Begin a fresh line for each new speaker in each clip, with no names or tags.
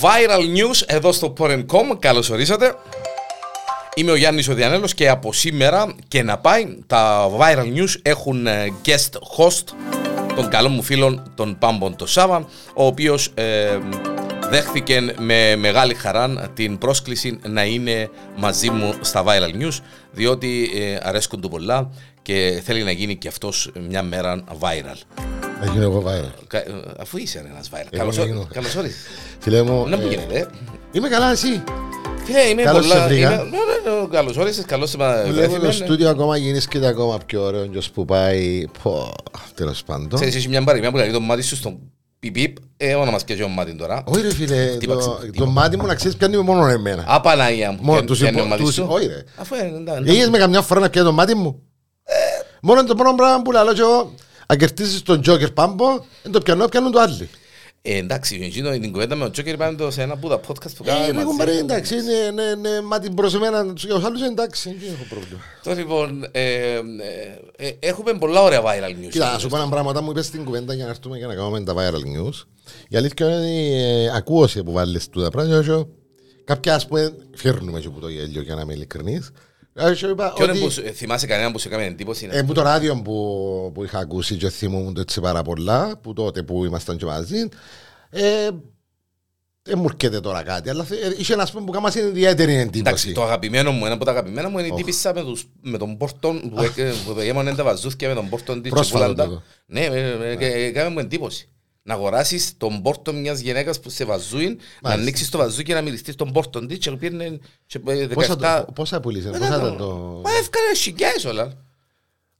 Viral News εδώ στο Porencom. Καλώς ορίσατε. Είμαι ο Γιάννης Οδιανέλο και από σήμερα και να πάει, τα Viral News έχουν ε, guest host των καλών μου φίλων τον Πάμπον το Σάβα, ο οποίος ε, δέχθηκε με μεγάλη χαρά την πρόσκληση να είναι μαζί μου στα Viral News, διότι ε, αρέσκουν του πολλά και θέλει να γίνει και αυτός μια μέρα viral.
Να γίνω εγώ viral.
Κα- ε, Αφού είσαι ένας viral.
Εγώ να γίνω.
Καλώς ήρθατε.
Φίλε μου.
Να μου
ε,
γίνεται. ε.
Είμαι καλά, εσύ.
Φίλε, είμαι
Καλώς σε
Ναι, πολλά.
βρήκα.
είμαι- ναι, ναι, ναι, Καλώς όρισες, καλώς είμα-
Βλέπω το
βρέθηκα, ναι.
στούντιο ακόμα γίνεις και ακόμα πιο ωραίο. και ως που πάει. Πω, τέλος πάντων.
Ξέρεις, έχει μια παροιμία που λέει το μάτι σου στον πιπίπ, ε, όνα μας πιάζει ο μάτι τώρα.
Όχι, ρε φίλε,
Χτύπαξε,
το-
χτύπαξε.
το μάτι μου να ξέρεις πιάνει με μόνο εμένα.
Α, Παναγία μου,
Μόνο
πιάνει-
τους
πιάνει
υπο-
ο μάτις
τους-
σου.
όχι, ρε.
Αφού ε, εντάξει.
Έγινες με καμιά φορά να πιάνει το μάτι μου.
Ε.
Μόνο το μόνο πράγμα που λαλώ και εγώ. Αν κερδίσεις τον Τζόκερ πάμπο, δεν το πιανώ, πιάνουν το άλλοι.
Ε, εντάξει, εκείνο την κουβέντα με τον Τζόκερ είπαμε το σε ένα που τα podcast που
Ε,
κάναμε
ρε
μαζί.
κουμπάρε, εντάξει, είναι- είναι- είναι μάτι προσεμένα τους- για τους άλλους, εντάξει, δεν έχω πρόβλημα.
Τώρα, λοιπόν, ε, ε, ε, έχουμε πολλά ωραία viral news.
Κοίτα, να σου πω ένα πράγμα. Όταν μου είπες την κουβέντα για να έρθουμε και να κάνουμε τα viral news, η αλήθεια είναι ότι ε, ακούω σε που βάλεις τούτα πράγματα. και εγώ- Κάποια, ας πούμε, φέρνουμε και που το γέλιο για να είμαι ειλικρινής. Ε, και είπα
Ποιον είναι
ότι-
που σου- ε, θυμάσαι κανέναν που σου έκανε εντύπωση.
ε, που το ράδιο που, που είχα ακούσει και θυμόμουν το έτσι πάρα πολλά, που τότε που ήμασταν και μαζί, ε, δεν μου έρχεται τώρα κάτι, αλλά θε- ε, είχε ένας πούμε που κάμας ιδιαίτερη εντύπωση.
Εντάξει, το αγαπημένο μου, ένα από τα αγαπημένα μου είναι η τύπησα με, τους, με τον Πόρτον που, έκαι- που το γέμωνε τα βαζούθκια με τον Πόρτον της
Πρόσφατο
Τσιπουλάντα.
τούτο.
Ναι, ε, ε, και- ε, έκανε μου εντύπωση. Να αγοράσεις τον Πόρτον μιας γυναίκας που σε βαζούει, να
Μάλιστα.
ανοίξεις το βαζούκι και να μιλιστείς τον Πόρτον της και πήρνε και, ε,
Πόσα,
17
το, πόσα πουλήσε,
Δεν
πόσα
ήταν
ήταν το...
ναι, Μα έφκανε σιγιάες όλα.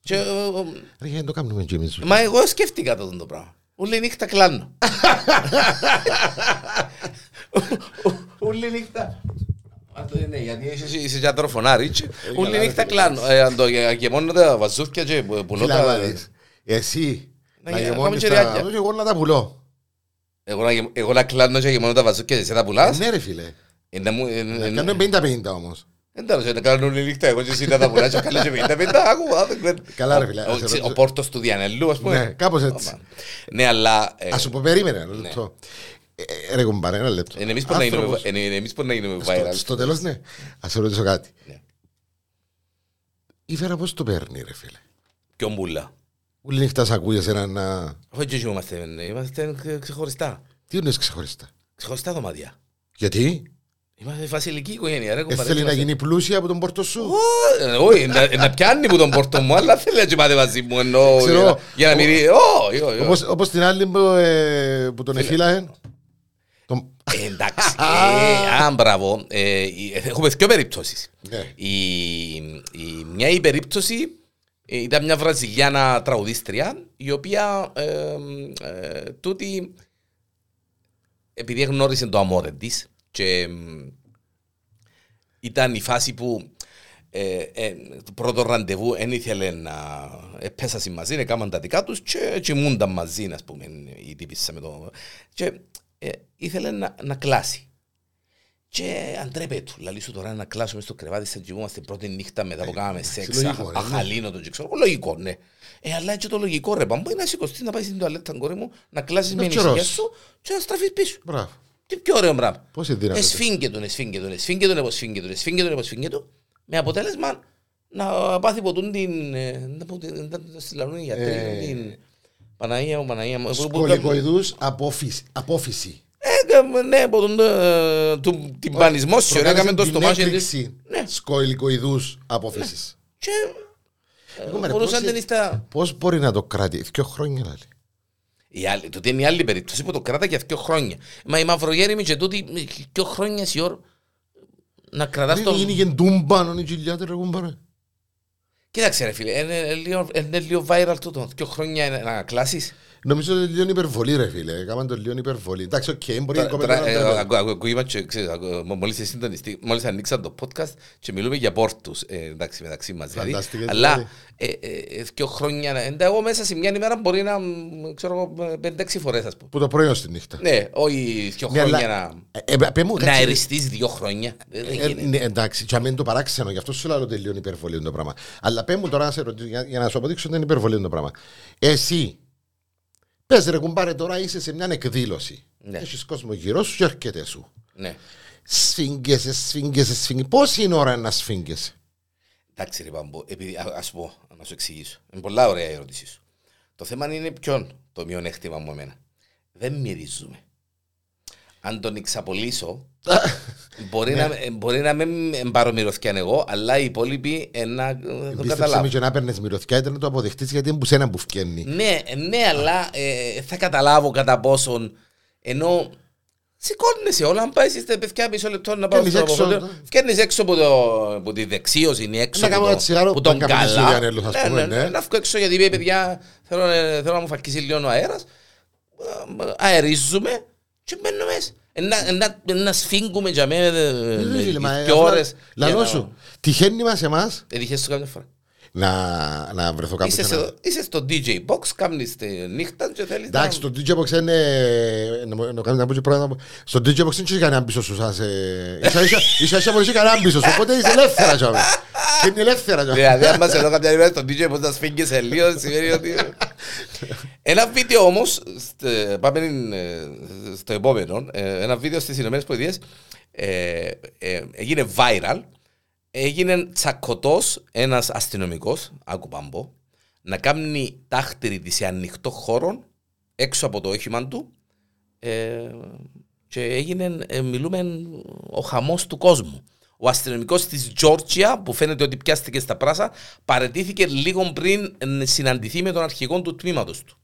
Και, ε, ε,
Ρε, γιατί δεν το κάνουμε και εμείς.
Μα εγώ σκέφτηκα το το πράγμα. Όλη νύχτα κλάνω. Όλη νύχτα. Α, το- Ναι, γιατί είσαι- είσαι για τροφονάριτς. Όλη νύχτα κλάνω. Ε, Αν το γεμώνω τα βαζούθκια και που- πουλώ
Φίλε, άμα
τα...
δεις, Εσύ
Να
να
γε- να
γεμώνεις
κάνουμε
τα...
και ριάκια.
και Εγώ να τα πουλώ.
Εγώ να γε- Εγώ να κλάνω και γεμώνω τα βαζούθκια και εσύ τα
Ε,
πουλάς.
Ναι ρε φίλε.
Ε, να μου- ε, ε, ε,
Κάνω 50-50 όμως.
Εντάξει, να κάνω όλη νύχτα. Εγώ και εσύ να τα πουλάς και καλά και πέντε πέντε. Άκου, α, δεν ξέρω.
Ε, Καλά, ρε φίλε,
Ο-
ας σε
ξε- Ο
ρωτήσω.
πόρτος του Διανελού, ας πούμε.
Ναι, κάπως έτσι.
Όπα. Ναι, αλλά... ε,
Ας σου πω περίμενε ένα λεπτό. Ε, Ρε κουμπάρε ένα λεπτό.
είναι εμείς που να γίνουμε-
Άνθρωπος.
είναι- είναι εμείς που να γίνουμε
Στο-
viral.
Στο τέλος ναι. Ας σε ρωτήσω κάτι.
Ναι.
Η Βέρα πώς το παίρνει ρε φίλε.
Ποιον πουλά.
Όλη νύχτα σ' ακούγες ένα να...
Όχι, όχι, είμαστε, ναι, είμαστε ξε- ξεχωριστά.
Τι είναι ξεχωριστά.
Ξεχωριστά δωμάτια. Ε,
Γιατί
Είμαστε βασιλική οικογένεια, ρε
ε,
κουμπάρε.
θέλει να γίνει πλούσια από τον πόρτο σου.
Ω, ε, Όχι, να- να πιάνει που τον πόρτο μου, αλλά θέλει να τσιμάται μαζί μου, ενώ
Ξέρω,
για να- για να μυρίζει. Όχι, όχι, όχι.
Όπως- Όπως την άλλη που, ε, που τον εφύλαε. Τον-
Ε, Εντάξει, ε, α, μπράβο. Ε, η- Έχουμε δύο περιπτώσεις.
Ναι.
Η, η- μια η περίπτωση ε, ήταν μια βραζιλιάνα τραγουδίστρια η οποία ε, ε, τούτη επειδή γνώρισε το αμόρε της και εμ, ήταν η φάση που ε, ε, το πρώτο ραντεβού δεν ήθελε να ε, πέσασαν μαζί, έκαναν τα δικά τους και κοιμούνταν μαζί, ας πούμε, η τύπησα με το... Και ε, ήθελε να, να κλάσει. Και αντρέπε του, λαλί σου τώρα να κλάσουμε στο κρεβάτι σαν κοιμούμαστε πρώτη νύχτα μετά που κάναμε σεξ,
Ε, λογικό,
αχ-
ρε, ναι.
αχαλίνο το και ξέρω, λογικό ναι. Ε, αλλά και το λογικό ρε παμπού είναι να σηκωστείς να πάει στην τουαλέτα κόρη μου, να κλάσεις με
Είναι καιρός.
ενισχύα σου και να στραφείς πίσω.
Μπράβο.
Τι πιο ωραίο πράγμα.
Πώς η δύναμη. του.
Εσφίγγε τον, εσφίγγε τον, εσφίγγε τον, εσφίγγε τον, εσφίγγε τον, εσφίγγε τον, με αποτέλεσμα να πάθει ποτούν την... ε, να πω την- να το συλλαλούν οι γιατροί,
Ε,
την... Παναγία μου, Παναγία μου. που- που-
Σκολικοειδούς απόφυση. απόφυση.
Έκαμε, ναι, ποτούν το- του- την πανισμό σου,
Προκάλεσε
έκαμε το
την
στομάχι της.
έκρηξη
Ναι.
σκολικοειδούς απόφυσης.
Και ε,
Εγώ, μωρέ,
μπορούσαν
πώς
την
ε-
ίστα...
Πώς μπορεί να το κρατεί, δύο χρόνια λέει.
Η άλλη- Τούτη είναι η άλλη περίπτωση που το κράτα για δύο χρόνια. Μα η μαυρογέρημη και τούτη ε, δύο χρόνια σιωρ να κρατάς
Δεν
τον...
γίνει και ντούμπαν οι γυλιάτε ρε κουμπάρε.
Κοίταξε ρε φίλε, είναι λίγο- είναι λίγο viral τούτο. Δυο χρόνια είναι να κλάσεις.
Νομίζω ότι είναι λίγο υπερβολή ρε φίλε, κάμαν το λίγο υπερβολή. Εντάξει, οκ, μπορεί να
Τώρα-
κομμέντω να
τώρα, ε,
τρέπεται.
ακού- ακού- ακούγημα και, ξέρεις, ακού- μο- Μόλις συντονιστή- μόλις ανοίξαν το podcast και μιλούμε για πόρτους, ε, εντάξει, μεταξύ μας δηλαδή.
Φαντάστηκες,
Αλλά
δηλαδή.
ε, ε, ε, δυο χρόνια, ε, εντά, εγώ μέσα σε μια ημέρα μπορεί να, μ, ξέρω εγώ, ε, πέντε-έξι φορές ας πούμε.
Που το πρωί ως τη νύχτα.
Ναι, όχι δυο
Ναι, αλλά-
χρόνια να...
Ε, ε, πέ μου,
Να
εντάξει,
εριστείς δύο χρόνια. Δεν
ε,
γίνεται.
ναι, εντάξει, και αν είναι το παράξενο, γι' αυτό σου λέω ότι είναι λίγο υπερβολή το πράγμα. Αλλά πέ μου τώρα να σε ρωτήσω, για, για να σου αποδείξω ότι είναι υπερβολή το πράγμα. Εσύ, πες ρε κουμπάρε τώρα είσαι σε μια εκδήλωση.
Ναι.
Έχεις κόσμο γύρω σου και έρχεται σου.
Ναι.
Σφίγγεσαι, σφίγγεσαι, σφίγγεσαι. Πόση είναι ώρα να σφίγγεσαι.
Εντάξει ρε Παμπό, επειδή, α ας πω, να σου εξηγήσω. Είναι πολλά ωραία η ερώτησή σου. Το θέμα είναι ποιον το μειονέκτημα μου εμένα. Δεν μυρίζουμε. Αν τον εξαπολύσω, μπορεί,
Ναι.
να, ε, μπορεί να μην παρομυρωθήκαν εγώ, αλλά οι υπόλοιποι ε, να ε, το
Εμπίστεψε με
καταλάβουν.
και να παίρνεις μυρωθιά ήταν να το αποδεχτείς γιατί είναι που σένα που φκένει.
Ναι, ε, ναι, αλλά ε, θα καταλάβω κατά πόσον. Ενώ σηκώνεσαι όλα, αν πάει είστε παιδιά μισό λεπτό να πάω
Βγαίνεις
στο
έξω,
αποχωριό,
ναι.
βγαίνεις έξω από, το, από τη δεξίωση, είναι έξω
Να
από,
κάνω
το-
ένα τσιγάρο
που
που
τον
να καπνίσω
καλά.
για νερό, ας
Ναι,
πούμε,
ναι,
ναι.
ναι, Να βγω έξω γιατί είπε παιδιά θέλω, ε, θέλω να μου φαρκίσει λίγο ο αέρας, Ε, αερίζουμε και μπαίνω μέσα. Ε, να- ε, να- ε, Να σφίγγουμε για μένα
Ναι, φίλε, μα,
δύο
απλά,
ώρες. για
Λαλό
να-
σου. Τυχαίνει μας εμάς
Ε, τυχαίες σου κάποια φορά.
να, να βρεθώ κάπου
Είσαι
σε ένα-
στο- Είσαι στο DJ box, κάνεις τη νύχτα και θέλεις να...
Εντάξει, το DJ Box είναι. να μου- Να κάνω να πω και πράγματα. Στο DJ Box δεν έχει κανέναν πίσω σου. σαν σε- Ίσα ίσα- ίσα ίσα μπορεί κανέναν πίσω σου. Οπότε είσαι ελεύθερα, τζάμε. Είναι ελεύθερα, τζάμε.
Δηλαδή, αν μας εδώ κάποια ημέρα στον DJ πως να σφίγγει σε λίγο, σημαίνει ότι... Ένα βίντεο όμως, στε- πάμε ε, στο επόμενο, ε, ένα βίντεο στις Ηνωμένες Πολιτείες, ε, ε, έγινε viral, έγινε τσακωτός ένας αστυνομικός, άκου πάμπο, να κάνει τάχτηρη της σε ανοιχτό χώρο, έξω από το όχημα του, ε, και έγινε, ε, μιλούμε, ο χαμός του κόσμου. Ο αστυνομικός της Τζόρτζια, που φαίνεται ότι πιάστηκε στα πράσα, παρετήθηκε λίγο πριν ε, συναντηθεί με τον αρχηγό του τμήματος του.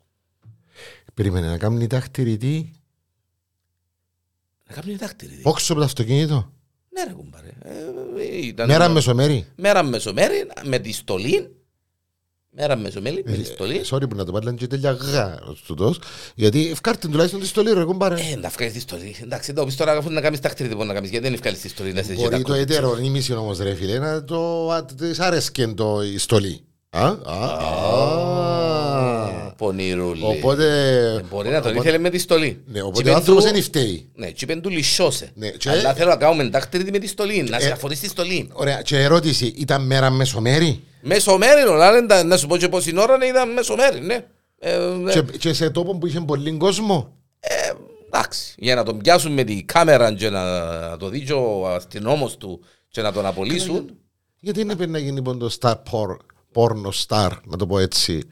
Περίμενε να κάνει τάχτηρη τι.
Να κάνει δάχτυλη.
Όξω από το αυτοκίνητο.
Ναι, ρε κουμπάρε. Ε, ε, ήταν-
Μέρα μεσομέρι.
μέρα μεσομέρι, με τη στολή. Μέρα μεσομέρι, με
Ε,
τη στολή.
Sorry που να το πάρει, λένε και τέλεια γα στο τος. Γιατί ευκάρτην τουλάχιστον τη στολή, ρε κουμπάρε.
Ε, να βγάλεις τη στολή. Εντάξει, το πεις τώρα αφού να κάνεις τάχτηρη, δεν μπορεί να κάνεις. Γιατί δεν βγάλεις τη στολή να είσαι
Μπορεί
και τα
το
κου-
εταίρο νήμιση όμως ρε φίλε, να το α, της άρεσκε το η στολή. Α, α, α.
Ε, Πονηρούλη.
Οπότε...
Ε, Μπορεί να τον
οπότε-
ήθελε με τη στολή.
Ναι,
Και
οπότε
είπε
ο άνθρωπο
του-
δεν φταίει.
Ναι, και είπεν του λυσσώσε.
Ναι, και-
Αλλά θέλω να κάνουμε δάχτυλη με τη στολή, να σε
Ε.
αφορείς τη στολή.
Ωραία, και ερώτηση, ήταν μέρα μεσομέρι.
Μεσομέρι, να, είναι τα- να σου πω και πόση ώρα είναι, ήταν μεσομέρι, ναι. Ε, ναι.
Και, και σε τόπο που είχε πολύ κόσμο.
Εντάξει, για να τον πιάσουν με την κάμερα και να το δει και ο αστυνόμος του και να τον απολύσουν.
Γιατί δεν έπρεπε να γίνει λοιπόν το star por, porno star, να το πω έτσι.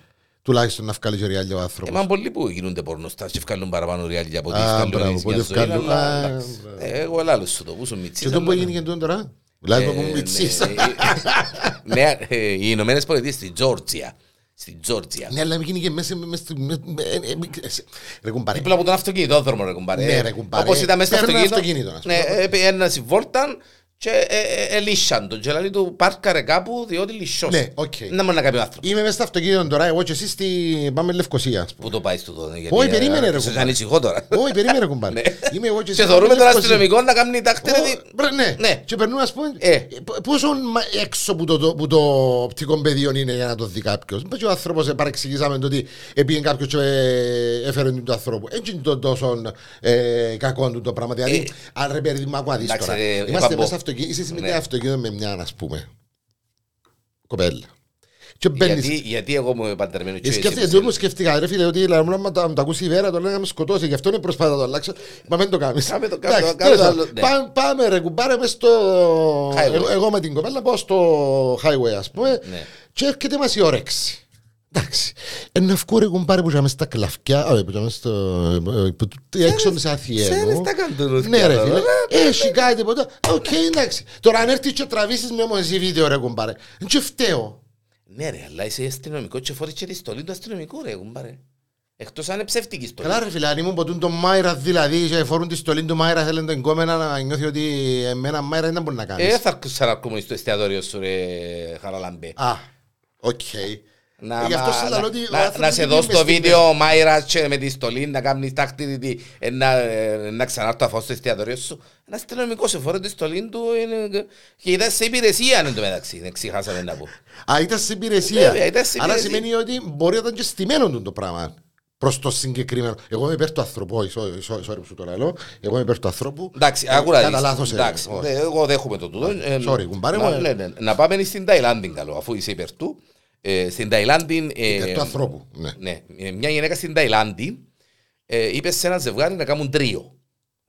Τουλάχιστον να βγάλει και ρεάλιο άνθρωπο.
Εμάν πολλοί που γίνονται πορνοστάς και βγάλουν παραπάνω ριάλια από ό,τι
Α,
βγάλουν
μπράβο,
εμείς μια
πότε
ζωή,
βγάλουν,
αλλά,
α,
εντάξει.
μπράβο.
Ε, Εγώ ελάλος σου το πούσουν μητσίς.
και το
αλλά-
που έγινε και τούτο τώρα. Δηλαδή
Ε,
που μου
ναι,
πιτσίς.
ε, ε, Ναι, ε, οι Ηνωμένες Πολιτείες στη Τζόρτζια. Στη Τζόρτζια.
Ναι, αλλά έγινε και μέσα με- μες στη- με- με- ε, ε, ε, σε- Ρε κουμπάρε.
Δίπλα από τον αυτοκινητόδρομο, ρε κουμπάρε.
Ναι, ρε, κουμπάρε.
Όπως ήταν μέσα στο
Παίρνε
αυτοκίνητο.
αυτοκίνητο, ας πούμε.
Ναι, έπε- ένα στη βόλτα και ε, ε, ε, λύσαν τον. Και λέει του πάρκαρε κάπου διότι λυσσός.
Ναι, οκ.
Να μόνο να κάνει ο άνθρωπος.
Είμαι μέσα στο αυτοκίνητο τώρα, εγώ και εσείς στη... πάμε Λευκοσία, ας πούμε.
Πού το πάει στο τότε.
Όχι, περίμενε, ρε,
ε, Σε
κουμπάρε.
ανησυχώ τώρα.
Όχι, περίμενε κουμπάρε. Είμαι εγώ και
Ναι. Σε
εσείς πάμε
θεωρούμε τον
Λευκοσία.
αστυνομικό να κάνει τάχτη.
Ω, μπρε, Ναι.
Ναι.
Και περνούμε, ας πούμε,
Ε.
π- πόσο μα- έξω που το, το, που το οπτικό πεδίο είναι για να το δει κάποιος. Μπα και ο άνθρωπος ε, παρεξηγήσαμε το ότι επήγε κάποιος και ε, έφερε του ανθρώπου. Έτσι είναι το τόσο ε, κακό του το πράγμα. Δηλαδή,
Ε.
αν ρε παιδί μου, άκου να δεις
Εντάξει,
τώρα.
ρε, ε,
Είμαστε
παππού.
μέσα αυτοκίνητο, είσαι εσύ με
Ναι.
ένα αυτοκίνητο με μια, ας πούμε, κοπέλα. Και
Γιατί,
μπαίνεις.
γιατί εγώ είμαι παντρεμένο.
Ε, Σκέφτηκα, δεν μου σκέφτηκα, ρε φίλε, ότι λαμβάνω άμα το- αν το ακούσει η Βέρα, το λένε να με σκοτώσει. Γι' αυτό είναι προσπάθεια να το αλλάξω. Μα δεν το κάνεις.
Κάμε το, κάμε το,
Εντάξει,
κάμε το
τέλος
άλλο,
πάντων.
ναι.
Πάμε- Πάμε ρε κουμπάρε μες στο...
Highway.
Εγώ- Εγώ με την κοπέλα πάω στο highway ας πούμε
Ναι.
και έρχεται μας η όρεξη. Εντάξει. Ένα αυκό ρε κουμπάρε που είχαμε στα κλαφκιά, όχι, που είχαμε στο... ε, που- έξω της
ξέρεις
Αθιένου.
τα καντουρούθκια
Ναι ρε
τώρα,
φίλε.
ναι,
Έχει κάτι τίποτα. Οκ εντάξει. Τώρα αν έρθεις και τραβήσεις με όμως εσύ βίντεο ρε κουμπάρε. Δεν και φταίω.
Ναι ρε, αλλά είσαι αστυνομικό και φορείς και τη στολή του αστυνομικού ρε, κουμπάρε. Εκτός αν είναι ψεύτικη στολή.
Καλά ρε φίλε, αν ήμουν ποτούν τον Μάιρα δηλαδή και φορούν τη στολή του Μάιρα θέλουν τον κόμενα να νιώθει ότι εμένα Μάιρα δεν μπορεί να
Ε,
κάνεις.
θα ξανακούμε στο εστιατόριο σου ρε, χαραλαμπέ.
Α, οκ.
Να,
Ε, Γι' αυτό
μα-
σε
να,
λέω ότι ο
να,
άνθρωπος
να σε
δεν
δω
είναι
στο
μες στη
βίντεο Μάιρα και με τη στολή να κάνεις τάκτη τη- ε, να, ε, να ξανάρθω αφού στο εστιατόριο σου. Ένα αστυνομικό σε φορεί τη στολή του είναι- και ήταν σε υπηρεσία εν τω μεταξύ. Δεν ξεχάσαμε να πω.
Α, ήταν σε
Ε, Βέβαια,
υπηρεσία.
ήταν σε
Άρα
υπηρεσία.
σημαίνει ότι μπορεί να ήταν και στημένο του το πράγμα. Προς το συγκεκριμένο. Εγώ είμαι υπέρ του ανθρώπου. Όχι, sorry, sorry που σου το λέω. Εγώ είμαι υπέρ του ανθρώπου.
Εντάξει,
Ε,
άκουρα.
Κατά
δεις.
λάθο.
Εντάξει, ναι, εγώ δέχομαι το τούτο. Ε,
sorry, κουμπάρε μου,
να-
ε.
ναι, ναι, Να πάμε στην Ταϊλάνδη καλό, αφού είσαι υπέρ του. Ε, Στην Ταϊλάνδη. ε,
Υπέρ του ανθρώπου. ναι.
Ναι, ε, μια γυναίκα στην Ταϊλάνδη ε, είπε σε ένα ζευγάρι να κάνουν τρίο.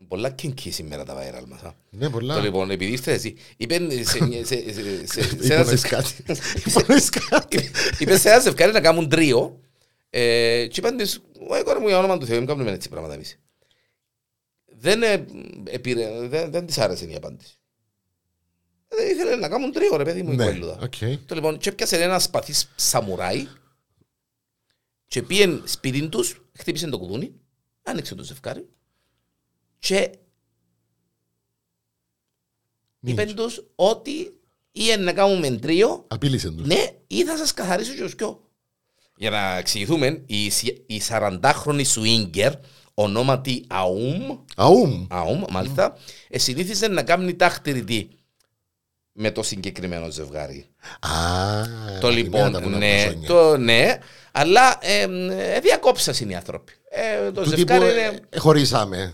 Πολλά κενκή σήμερα τα viral μας. α.
Ναι, πολλά.
Το λοιπόν, επειδή ήρθες εσύ, είπε σε, μια- σε, σε, σε, σε, σε ένα
Υπονοείς
ζευγάρι-
κάτι. Υπονοείς κάτι.
είπε σε ένα ζευγάρι να κάνουν τρίο ε, και είπαν της, «Ω, η κόρη μου για όνομα του Θεού, μην κάνουμε έτσι πράγματα εμείς. Δεν, ε, επήρε- δεν, δεν της άρεσε η απάντηση. Δεν ήθελε να κάνουν τρίο ρε παιδί μου η
Ναι,
κοπέλουδα.
οκ.
Το λοιπόν, και έπιασε ένα σπαθί σαμουράι και πήγε σπίτι τους, χτύπησε το κουδούνι, άνοιξε το ζευκάρι και είπε
Μίλησε.
τους ότι ή να κάνουμε τρίο,
Απείλησε τους.
ναι, ή θα σας καθαρίσω και ως κοιό. Για να εξηγηθούμε, η, σι- η 40χρονη σουίγκερ, ονόματι Αούμ,
Αούμ.
ΑΟΜ, μάλιστα, ε, συνήθιζε να κάνει τάχτηρητη με το συγκεκριμένο ζευγάρι.
Α,
Το
περιμένατε από
λοιπόν,
Ε, τα
ναι,
προσόνια.
το, ναι, αλλά ε, ε, διακόψασαν οι άνθρωποι. Ε, το
Του
ζευγάρι
τύπου,
είναι.
ε, Χωρίσαμε.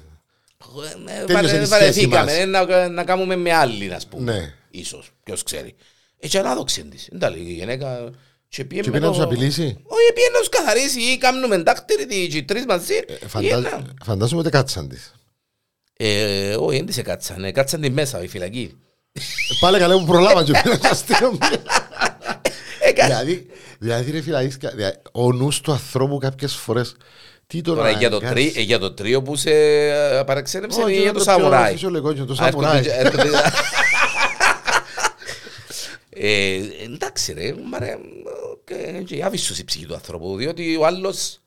ε,
τέλειωσε η
βαρε-
σχέση
Βαρεθήκαμε
μας.
ε, να, να κάνουμε με άλλη, ας πούμε.
Ναι.
ίσως, ποιος ξέρει. Έτσι, ανάδοξη τη. Δεν τα λέει η γυναίκα. Και πήγε
Και
με
πήγε να
το-
τους απειλήσει.
Όχι, πήγε να τους καθαρίσει ή κάνουμε τάχτηρητη ή τρεις μαζί.
Ε, φαντάζ-
Ή ένα.
Φαντάζομαι ότι κάτσαν της.
Ε, Όχι, δεν σε κάτσανε. Κάτσαν τη μέσα, η φυλακή.
Ε, Πάλε καλά μου προλάβαν και πήγαν στα αστυνομία.
Ε, κα-
Δηλαδή, δηλαδή ρε φίλα, ίσκα- δια- ο νους του ανθρώπου κάποιες φορές τι το
Τώρα
να
για το,
κάνεις.
τρί, ε, για το τρίο που σε ε, παραξένεψε
Όχι,
είναι για
είναι
το,
το πιο
σαμουράι.
φυσιολογικό, είναι το
Α,
σαμουράι.
έρχονται- έρχονται- Ε, εντάξει ρε, μα ρε, και- και άβυσσος η ψυχή του ανθρώπου, διότι ο άλλος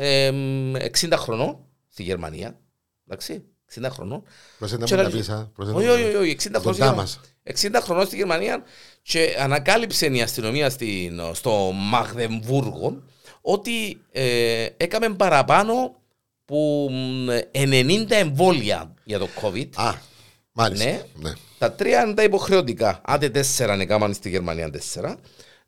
εμ, 60 χρονών στη Γερμανία, εντάξει, 60 χρονών,
Προσέτα μου
Ξέρω,
τα πίσα. προσέτα
όχι,
μου τα
όχι, όχι, 60
Τον
χρονών,
Τάμας.
60 χρονών στη Γερμανία και ανακάλυψε η αστυνομία στην, στο Μαγδεμβούργο ότι ε, έκαμε παραπάνω που μ, 90 εμβόλια για το COVID.
πίσα. Α, μάλιστα. Ναι.
Τα τρία είναι τα υποχρεωτικά. Άντε τέσσερα να κάνουμε στη Γερμανία τέσσερα.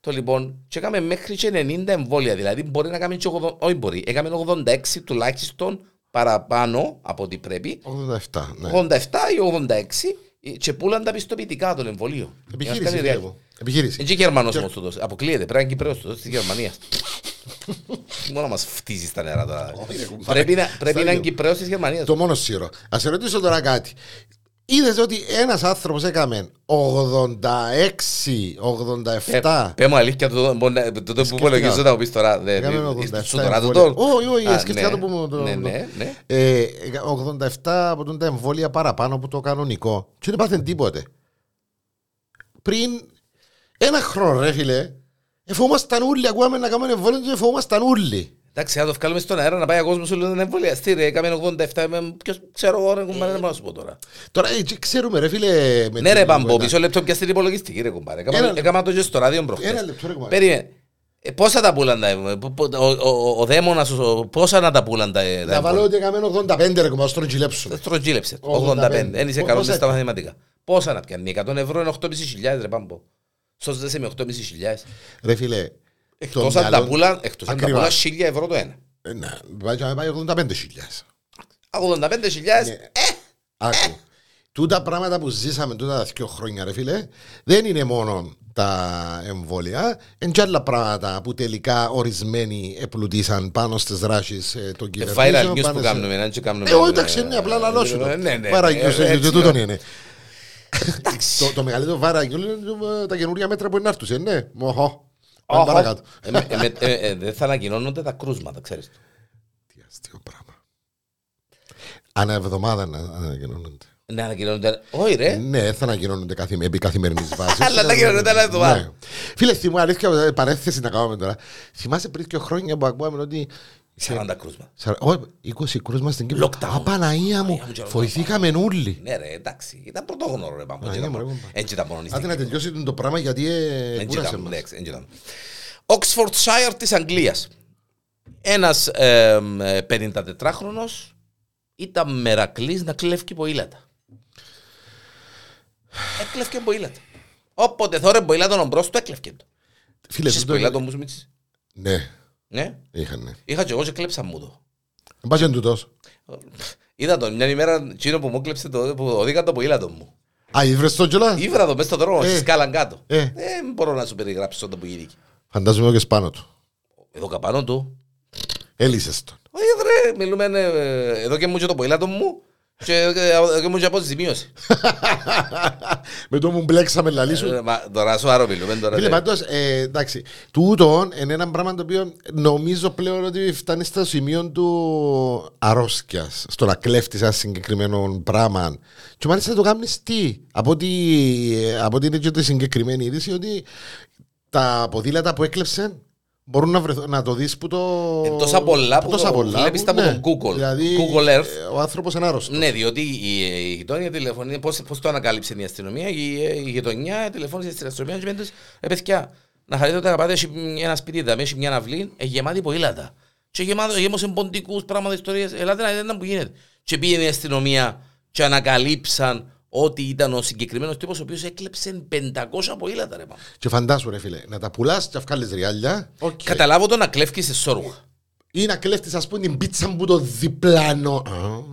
Το λοιπόν, και έκαμε μέχρι και 90 εμβόλια. Δηλαδή, μπορεί να κάνουμε και 80, όχι μπορεί, έκαμε 86 τουλάχιστον παραπάνω από ό,τι πρέπει.
87, ναι.
87 ή 86 και πουλαν τα πιστοποιητικά των εμβολίων.
Επιχείρηση, βλέπω.
Είναι
Επιχείρηση.
και Γερμανός όμως το δώσει. Αποκλείεται. Πρέπει να είναι Κυπρέος το δώσει της Γερμανίας. Μόνο μας φτίζει στα νερά τώρα. Πρέπει να- Πρέπει να είναι Κυπρέος της Γερμανίας.
Το μόνο σύρο. Ας σε ρωτήσω τώρα κάτι. Είδες ότι ένας άνθρωπος έκαμε 86-87.
Πέ Ε, μου αλήθεια, το τότε που
Σκέφτηκα.
υπολογίζω θα μου πεις τώρα. δεν-
Έκαμε 87
Σου τώρα το
εμβόλια.
τον.
Όχι, όχι, ε,
Α,
σκέφτηκα
ναι.
το που μου το-
Ναι, ναι, ναι.
Ε, 87 από τον τα εμβόλια παραπάνω από το κανονικό. Και δεν πάθεν τίποτε. Πριν ένα χρόνο, ρε φίλε, εφόμασταν όλοι. Ακούγαμε να κάνουμε εμβόλια και εφόμασταν όλοι.
Εντάξει, αν το βγάλουμε στον αέρα να πάει ο κόσμος όλο να εμβολιαστεί ρε, έκαμε 87, με- ποιος ξέρω εγώ ρε κουμπάρε, δεν μπορώ να σου πω τώρα.
Τώρα έτσι ξέρουμε, ρε φίλε. με
Ναι
την
ρε Παμπό,
κουβέντα.
πίσω λεπτό πιάστε την υπολογιστική ρε κουμπάρε. Έκαμα-
Ένα λεπτό.
Έκαμα το και στο ράδιο προχτές.
Ένα λεπτό, ρε κουμάρι.
Περίμενε. Ε, πόσα τα πουλαν τα εμβόλια, πο- πο- ο, ο, ο δαίμονας, ο- πόσα να τα πουλαν τα, ε, τα
Να βάλω
εμβόλια.
ότι έκαμε 85 ρε κομμάτι, στον τζιλέψουμε.
Στρογγύλεψε, 85,
85.
δεν είσαι
Πο-
καλός
πόσα
μες στα
έπια?
μαθηματικά. Πόσα να πιάνει, 100 ευρώ είναι 8.500 ρε Παμπό. Σώζεσαι με 8.500.
Ρε φίλε. το
Ε, Εκτός αν τα
μυαλό-
πουλαν, εκτός αν τα
Ακριβά.
πουλαν 1.000 ευρώ το ένα.
Ε, Ναι, πάει να πάει 85 χιλιάς.
85.000,
Ναι. Άκου. Τούτα πράγματα που ζήσαμε τούτα τα δύο χρόνια, ρε φίλε, δεν είναι μόνο τα εμβόλια, εν και άλλα πράγματα που τελικά ορισμένοι επλουτίσαν πάνω στις δράσεις ε, των
ε, viral
κυβερνήσεων.
news
πάνω
που
σε-
κάνουμε, να έτσι κάνουμε.
Ε, όχι, εντάξει, είναι απλά να
λαλώσου
λώσουν.
Ναι, ναι, ναι.
Viral news,
ε,
ε,
έτσι,
τούτον είναι.
εντάξει.
Το- Το μεγαλύτερο viral news είναι ε, τα καινούργια μέτρα που είναι να έρθουν, ε, ναι. Μοχώ. Πάμε
Αχα.
παρακάτω.
Ε, με- ε, με- ε, ε, Δεν θα ανακοινώνονται τα κρούσματα, ξέρεις. το.
Τι αστείο πράγμα. Ανά εβδομάδα να ανακοινώνονται.
Να Ναι, ανακοινώνονται. Όχι, ρε.
Ναι, θα ανακοινώνονται καθημε- επί καθημερινής βάσης.
Αλλά τα ανακοινώνονται ανά εβδομάδα.
Φίλε, θυμάμαι, αλήθεια, παρέθεση να κάνουμε τώρα. Θυμάσαι πριν και χρόνια που ακούγαμε ότι. ναι.
40 κρούσματα.
Σα- Ω, 20 κρούσμα στην Κύπρο.
Lockdown.
Απαναία μου,
Παναγία μου, και
βοηθήκαμε όλοι.
Ναι, ρε, εντάξει. Ήταν πρωτόγνωρο, ρε. Παμπό,
Α,
έτσι
ναι,
ήταν.
μωρέ,
Έτσι ήταν μόνο.
Άντε να τελειώσει το πράγμα γιατί ε,
Έτσι
κούρασε
ήταν,
μας.
εντάξει, έτσι ήταν. Oxfordshire της Αγγλίας. Ένας εμ, ε, 54χρονος ήταν μερακλής να κλέφει ποήλατα. Έκλεφκε ποήλατα. Όποτε θόρε ποήλατον ο μπρος του έκλεφκε το.
Φίλε,
Είχες
τούτο-
ποήλατον που σου μίτσες.
Ναι,
Ναι.
είχαν. ναι.
Είχα και εγώ και κλέψα μου το.
Εν πάση εν τούτος.
Είδα τον μια ημέρα τσίνο που μου κλέψε το, που οδήγα το ποήλατο μου.
Α, ήβρες τον κιόλας.
Ήβρα το μες στο δρόμο,
Ε.
σκάλαν κάτω.
Ε.
Δεν μπορώ να σου περιγράψω το που γυρίκε.
Φαντάζομαι και σπάνω του.
Εδώ καπάνω του,
Έλυσες τον.
Όχι βρε, μιλούμε ε, εδώ και μου και το ποηλάτο μου και ε, εδώ και μου και αποζημίωση.
Με το μου μπλέξαμε λαλή σου.
Ε, μα, Τώρα σοβαρό μιλούμε τώρα.
Φίλε,
ε.
πάντω, εντάξει, τούτον είναι ένα πράγμα το οποίο νομίζω πλέον ότι φτάνει στο σημείο του αρρώσκεια. Στο να κλέφτεις ένα συγκεκριμένο πράγμα. Και μάλιστα το κάνεις τι. Από ό,τι από ό,τι είναι και τη συγκεκριμένη είδηση, ότι τα ποδήλατα που έκλεψαν μπορούν να, βρεθώ, να το δεις που το.
Ε, τόσα πολλά που
τόσα
το
πολλά
βλέπεις
που-
από
ναι.
τον Google.
Δηλαδή,
Google Earth.
ε, Ο άνθρωπος είναι άρρωστο.
Ναι, διότι η, ε, η γειτόνια τηλεφωνεί, πώς, πώς το ανακάλυψε η αστυνομία, η, ε, η γειτονιά τηλεφώνησε στην αστυνομία και πέντες, «Ε, παιδιά, να χαρείτε ότι αγαπάτε, έχει ένα σπίτι δαμέ, έχει μια αυλή, ε, γεμάτη ποήλατα. Και γεμάτο, γέμωσε ποντικούς πράγματα, ιστορίες, ελάτε να δείτε που γίνεται. Και πήγαινε η αστυνομία και ανακαλύψαν ότι ήταν ο συγκεκριμένος τύπος ο οποίος έκλεψε 500 ποήλατα. Ρε, μάμα.
Και φαντάσου, ρε φίλε, να τα πουλάς και να βγάλεις ριάλια. οκ.
Καταλάβω το να κλέφκεις σε
Λοιπόν.
σόρουχα.
ή να κλέφτεις ας πούμε την πίτσα που το διπλάνο. Α,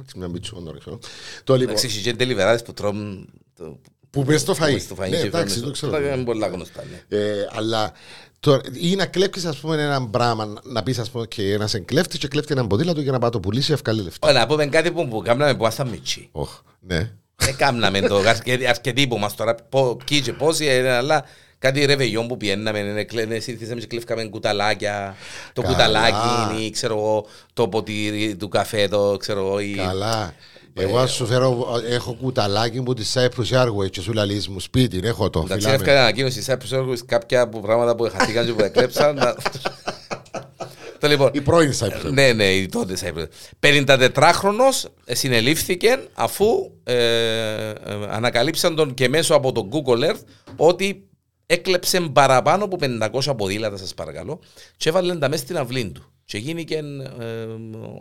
έτσι μια πίτσα μόνο, ξέρω. Το λοιπόν,
Εντάξει, είχε και λιβεράδες που τρώουν το-
που πες στο φαΐ.
στο
Ναι,
φαγητό.
εντάξει, το ξέρω.
Είναι πολλά γνωστά. ναι.
Ε, αλλά τώρα, ή να κλέφτεις ας πούμε ένα πράγμα, να πεις ας πούμε και ένας εγκλέφτης και κλέφτει έναν ποδήλατο για να πάει το πουλήσει ευκάλει λεφτά.
Ω, Να πούμε κάτι που, που κάναμε που ήμασταν μητσί.
Οχ, ναι.
Έκαναμε το αρκετοί- αρκετοί που μας τώρα, πο- ποιοι και πόσοι, ε, αλλά κάτι ρεβεγιόν που πιέναμε, ε, κλε- ε, συνηθίσαμε και κλέφκαμε κουταλάκια, το
Καλά.
κουταλάκι, ή, ξέρω εγώ, το ποτήρι του καφέ, το ξέρω εγώ. ή-
Καλά.
ε,
Εγώ ας σου φέρω, έχω κουταλάκι μου τη Cyprus Airways και σου λαλείς μου σπίτι, ναι, έχω το.
Εντάξει,
φυλάμε.
έφυγα ανακοίνωση σε episode, κάποια που- πράγματα που χαθήκαν και που εκλέψαν. να- Το λοιπόν,
Η πρώην Cyprus.
Ναι, ναι, η τότε Σάιπρε. 54χρονο συνελήφθηκε ε, αφού ε, ε, ανακαλύψαν τον και μέσω από το Google Earth ότι έκλεψε παραπάνω από 500 ποδήλατα, σας παρακαλώ, και έβαλε τα μέσα στην αυλή του. Και γίνηκε ε,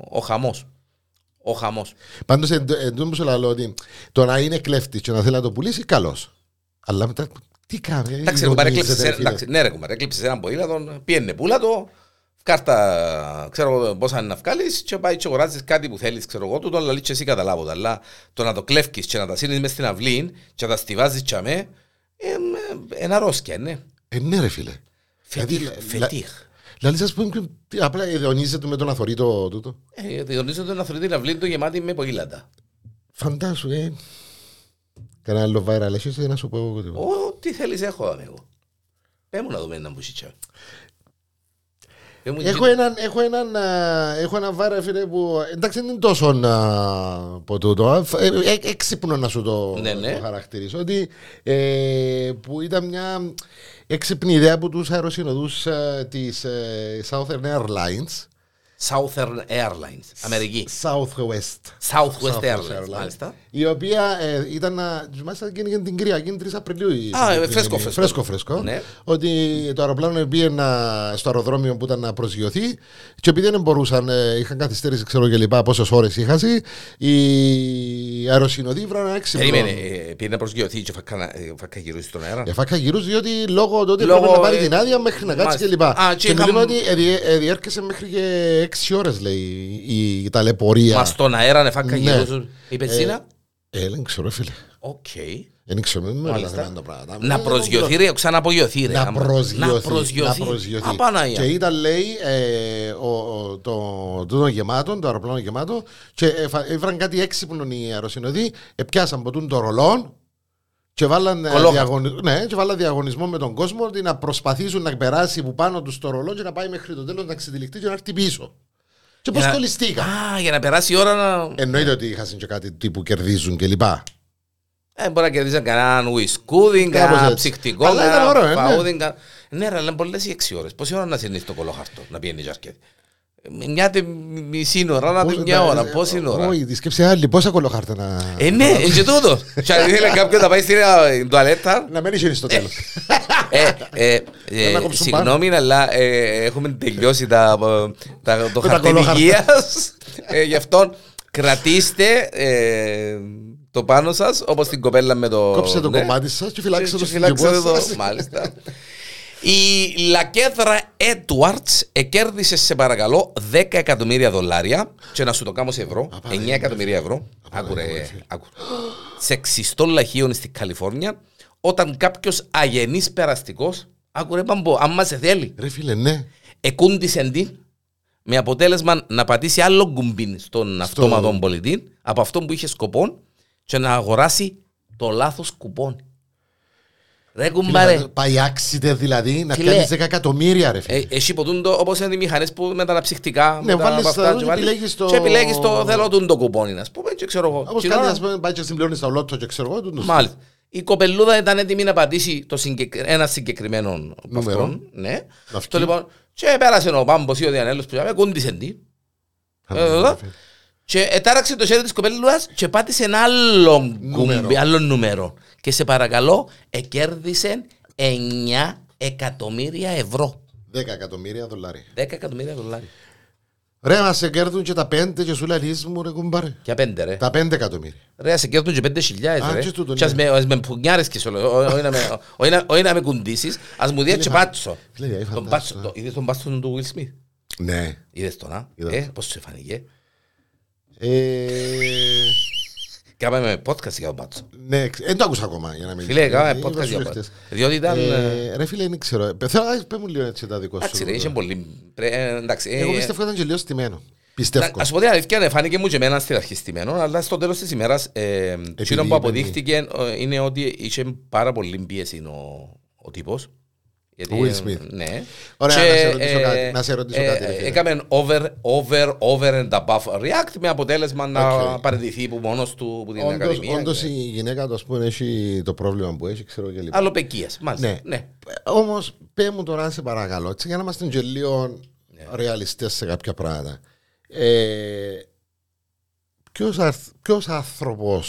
ο χαμός. Ο χαμός.
Πάντως εν τω- εν τω που σου λαλώ ότι το να είναι κλέφτης και να θέλει να το πουλήσει, καλός. Αλλά μετά τι κάνει.
Εντάξει, ρε κουμπάρε,
ηρωνίζεται,
έκλεψες
ρε
ένα-
φίλε.
εντάξει, ναι, ρε κουμπάρε, έκλεψες έναν ποδήλατο, πιένε πουλά το, κάρτα, ξέρω εγώ πόσα είναι να βγάλεις και πάει και αγοράζεις κάτι που θέλεις, ξέρω εγώ, τούτο, αλλά λέει και εσύ καταλάβω τα, αλλά το να το κλέφκεις και να τα σύρνεις μες στην αυλή και να τα στιβάζεις τσαμέ, ένα ρόσκια, ναι.
Ε, ναι, ρε φίλε. Δηλαδή,
Φετίχ,
λα-
φετίχ.
Δηλαδή, σα πούμε, τι- απλά ειρωνίζεται με τον αθωρήτο τούτο.
Ε, Διονύζονται να θεωρεί την αυλή του γεμάτη με ποδήλατα.
Φαντάσου, ε. Κανένα άλλο viral, έχεις ε, να σου πω εγώ τίποτα.
Ω, τι θέλεις έχω, δάμε εγώ. Πέ μου να δούμε έναν μπουσίτσια. Πέ μου,
Έχω έναν, έχω έναν, α, έχω έναν viral, φίλε, που εντάξει δεν είναι τόσο να πω τούτο. α, φ- ε, ε, Έξυπνο να σου το,
Ναι, ναι.
το χαρακτηρίσω. Ότι ε, που ήταν μια έξυπνη ιδέα από τους αεροσυνοδούς ε, της ε, Southern Airlines.
Southern Airlines, Αμερική.
Southwest.
Southwest
Southwest
Airlines,
Airlines.
μάλιστα.
Η οποία ε, ήταν. να- τους Μάλιστα γίνηκε την Κυριακή 3 Απριλίου. η
Α,
συγκεκριμένη-
ε, φρέσκο, φρέσκο.
Φρέσκο, φρέσκο.
Ναι.
Ότι το αεροπλάνο πήγε να- στο αεροδρόμιο που ήταν να προσγειωθεί και επειδή δεν μπορούσαν, ε, είχαν καθυστέρηση, ξέρω και λοιπά, πόσες ώρες είχαν, οι αεροσυνοδοί βρήκαν ένα έξυπνο.
Περίμενε, ε, πήγε να προσγειωθεί και φακα- να- ε, φακα γυρίσει στον αέρα.
Εφάκα γύρω διότι λόγω τότε
Λόγω,
πρέπει να πάρει
ε,
την άδεια μέχρι να κάτσει
μάλιστα.
και λοιπά.
Α, και
και μιλούμε
είχαμε-
ότι εδι- εδιέρχεσε μέχρι και 6 ώρες, λέει, η, η ταλαιπωρία.
Μα στον αέρα να φάκα
Ναι.
γυρίσει. Η πετσίνα.
Ε, δεν ξέρω, ρε φίλε.
Οκ.
Δεν ξέρω, μην με
Μάλιστα.
ρωτάτε τα πράγματα.
Να
Ε,
προσγειωθεί ρε, ξαναπογειωθεί ρε.
να
άμα-
προσγειωθεί.
Να προσγειωθεί.
προσγειωθεί.
Απανάγια.
Και ήταν, λέει, ε, ο, ο, το, τούτο γεμάτο, το αεροπλάνο γεμάτο, και εφα- έβραν κάτι έξυπνο οι αεροσυνοδοί, επιάσαν από τούτο το ρολόν και βάλαν, ε,
Κολόχαρτο.
διαγωνι- ναι, και βάλαν διαγωνισμό με τον κόσμο ότι να προσπαθήσουν να περάσει που πάνω τους το ρολόν και να πάει μέχρι το τέλος να ξετυλιχτεί και να έρθει πίσω. Και πώς
Για να-
το ληστήκαν.
Α, για να περάσει η ώρα να.
Εννοείται ότι είχαν και κάτι τύπου κερδίζουν κλπ.
Ε, μπορεί να κερδίσαν κανέναν ουισκούδι, κανένα
έτσι.
ψυχτικό.
Καλά, ήταν
κανένα
ωραίο, ε, ναι.
φαούδι, κανένα- Ναι, ρε, αλλά είναι πολλές οι έξι ώρες. Πόση ώρα να συνήθει το κολοχαρτό, να πιένεις η αρκετή. Μια τε- μισή ώρα, να τε- μια ώρα. Πόση ώρα.
ε, Όχι, τη σκέψη άλλη, πόσα κολοχάρτα να.
Ε, ναι, ε, και τούτο. Και αν ήθελε κάποιο να πάει στην ε, τουαλέτα.
Να μένει χέρι στο τέλος.
ε, ε, ε,
να κόψουν
Συγγνώμη, αλλά ε, έχουμε τελειώσει τα, τα, το
τα
χαρτί
κολόχαρτα.
υγείας. Γι' αυτό κρατήστε ε, το πάνω σας, όπως την κοπέλα με το.
Κόψε το
ναι,
κομμάτι σας και
και-
φυλάξε
και
το
φυλάξτε
στην
το.
σας.
Μάλιστα. Η Λακέδρα Έντουαρτ εκέρδισε, σε παρακαλώ, 10 εκατομμύρια δολάρια. Και να σου το κάνω σε ευρώ.
Απαραγία,
9 εκατομμύρια ευρώ. Άκουρε, ε, άκουρε. Σεξιστών λαχείων στην Καλιφόρνια όταν κάποιος αγενής περαστικός. Άκουρε, πάμπο, αν μας θέλει,
Ρε φίλε, ναι.
εκούντισε την, με αποτέλεσμα να πατήσει άλλο κουμπί στον
Στο-
αυτόματο πολιτή από αυτό που είχε σκοπό και να αγοράσει το λάθος κουπόν. Ρε κουμπάρε.
Φίλε, Πάει άξιτε δηλαδή να
Φίλε.
πιάνεις 10 εκατομμύρια ρε φίλε.
Ε, εσύ ποτούν το όπως είναι οι μηχανές που με τα αναψυχτικά
Ναι,
με τα
βάλεις
απ' αυτά
τα-
και βάλεις-
επιλέγεις το-
και επιλέγεις το θέλω τούν το κουπόνι ας πούμε και ξέρω εγώ
Όπως
Και τώρα-
κάτι ας πούμε πάει και συμπληρώνεις τα λότο και ξέρω εγώ. τούτος.
Μάλιστα. Η κοπελούδα ήταν έτοιμη να πατήσει το συγκεκ- ένα συγκεκριμένο από
Νούμερο.
αυτόν, Ναι.
Να βγει.
Το λοιπόν, και πέρασε ο Πάμπος ή ο Διανέλος που είπαμε, κούντισε την.
Αν
Ε,
δεν
εδώ.
φέρει.
Και ετάραξε το χέρι της κοπελούδας και πάτησε ένα άλλο κουμπί,
Νούμερο.
άλλο νούμερο. Και σε παρακαλώ, εκέρδισε 9 εκατομμύρια ευρώ.
10 εκατομμύρια δολάρια.
10 εκατομμύρια δολάρια.
Ρε μας εγκέρδουν και τα 5 και σου λέει μου ρε κουμπάρε.
Για πέντε ρε.
Τα 5 εκατομμύρια.
Ρε, ας εκέρδουν και πέντε
Α,
χιλιάδες ρε.
και τούτο,
Και ας
ναι.
με- ας με πουγνιάρεις και σε όλο. Ο- όχι να με- όχι να- Όχι να με κουντήσεις, ας μου δεις και πάτσο.
Φίλε, δηλαδή,
Τον
φαντάσου,
πάτσο, το- είδες τον πάτσο του Will Smith.
Ναι.
Είδες τον, α.
Είδα
Ε, πώς σου φάνηκε.
Ε,
Κάμαμε podcast για τον Μπάτσο.
Ναι, ξε- δεν το άκουσα ακόμα για να μην
Φίλε, κάμαμε
Είπα
podcast
Ε, σου
για τον
χτες.
Μπάτσο. Διότι ήταν... ε,
Ε, Ρε φίλε, δεν ξέρω. Ε, Θέλω να πες μου λίγο έτσι τα δικό
Εντάξει
σου.
ρε, είχε πολύ... πρέ- ε, Εντάξει, ε,
Εγώ
ε,
πιστεύω ήταν και λίγο στημένο.
να-
Πιστεύω.
Ας πω την αλήθεια, ναι, φάνηκε μου και εμένα στην αρχή στημένο, αλλά στο τέλος της ημέρας ε, εκείνο
είπε,
που αποδείχτηκε ε, είναι ότι είχε πάρα πολύ πίεση ο, ο τύπος. Γιατί,
Ο Will
ε,
Smith.
Ναι.
Ωραία,
Και,
να σε ρωτήσω
ε,
κάτι, να σε ρωτήσω
ε,
κάτι, ρε φίλε.
Έκαμε over, over, over and above react με αποτέλεσμα να
Οκ.
παραιτηθεί που μόνος του από την
Όντως,
Ακαδημία.
όντως
και-
η γυναίκα του, ας πούμε, έχει το πρόβλημα που έχει, ξέρω και λοιπά.
Αλλοπαικίας, μάλιστα.
Ναι.
ναι.
Όμως, πες μου τώρα, σε παρακαλώ, έτσι, για να είμαστε και λίγο
Ναι.
ρεαλιστές σε κάποια πράγματα. Ε, Ποιος άνθρωπο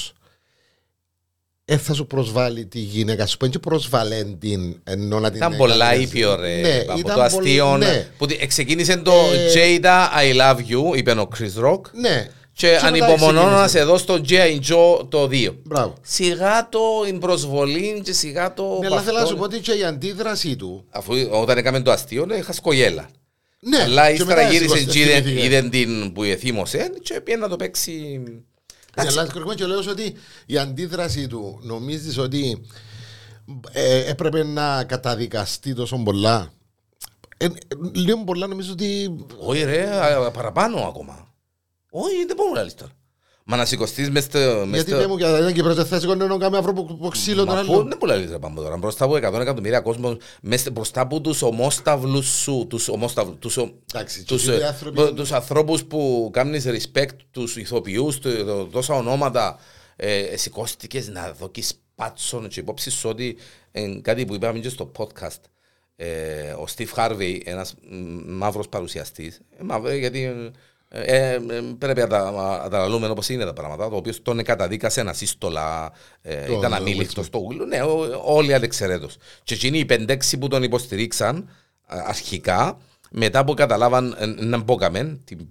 ε, θα σου προσβάλλει τη γυναίκα σου, που είναι και προσβαλέν την, ενώ να την
Ήταν
έκανες-
πολλά ήπιο ρε,
Ναι,
από
ήταν
το
πολύ-
αστείο
Ναι,
που τη- ξεκίνησε το
Ε,
Jada I love you, είπε ο Chris Rock
ναι.
και
μετά
ανυπομονώ να
ξεκίνησε.
σε δω στο G.I. Joe το 2.
Μπράβο.
Σιγά το την προσβολή και σιγά το...
Ναι, αλλά θέλω να σου
παυτόν.
πω ότι και η αντίδρασή του.
Αφού όταν έκαμε το αστείο, ναι, χασκογέλα.
Ναι,
Αλλά
και
ύστερα
μετά
γύρισε
σηκώστε,
και είδε-
θυμηθήκε.
είδε την που εθύμωσε και πήγε να το παίξει...
Ναι, αλλά έρχομαι και λέω σου ότι η αντίδραση του νομίζεις ότι ε, έπρεπε να καταδικαστεί τόσο πολλά. Ε, ε, λίγο πολλά νομίζω ότι.
Όχι ρε, α, παραπάνω ακόμα. Όχι, δεν μπορούμε να λύσει τώρα. Μα να σηκωστείς μες στο... μες
γιατί
στο-
πέ μου, γιατί ήταν και πρώτα θα σηκώνω κάμια άνθρωπο ξύλο
Μα
τώρα.
πού-
λέω.
Δεν πολλά λίτρα πάμε τώρα. Μπροστά από 100 εκατομμύρια κόσμος, μες- μπροστά από τους ομόσταυλους σου, τους ομόσταυλου, τους, ο-
Εντάξει, και
τους,
οι
ε,
άνθρωποι-
μπο- τους ανθρώπους που κάνεις respect, τους ηθοποιούς, το- το- τόσα ονόματα, ε, σηκώστηκες να δοκείς πάτσον και υπόψη σου ότι ε, κάτι που είπαμε και στο podcast, ε, ο Steve Harvey, ένας μ, μαύρος παρουσιαστής, ε, μαύρο, γιατί ε, ε, ε, πρέπει να τα, να τα λαλούμε όπως είναι τα πράγματα, το οποίο τον καταδίκασε ένα σύστολα, ε,
Το-
ήταν
το
αμήλικτο στο γουλού, ναι, ο- όλοι ανεξαιρέτως. Και εκείνοι οι πεντέξι που τον υποστηρίξαν α, αρχικά, μετά που καταλάβαν ε, να μπόκαμεν, την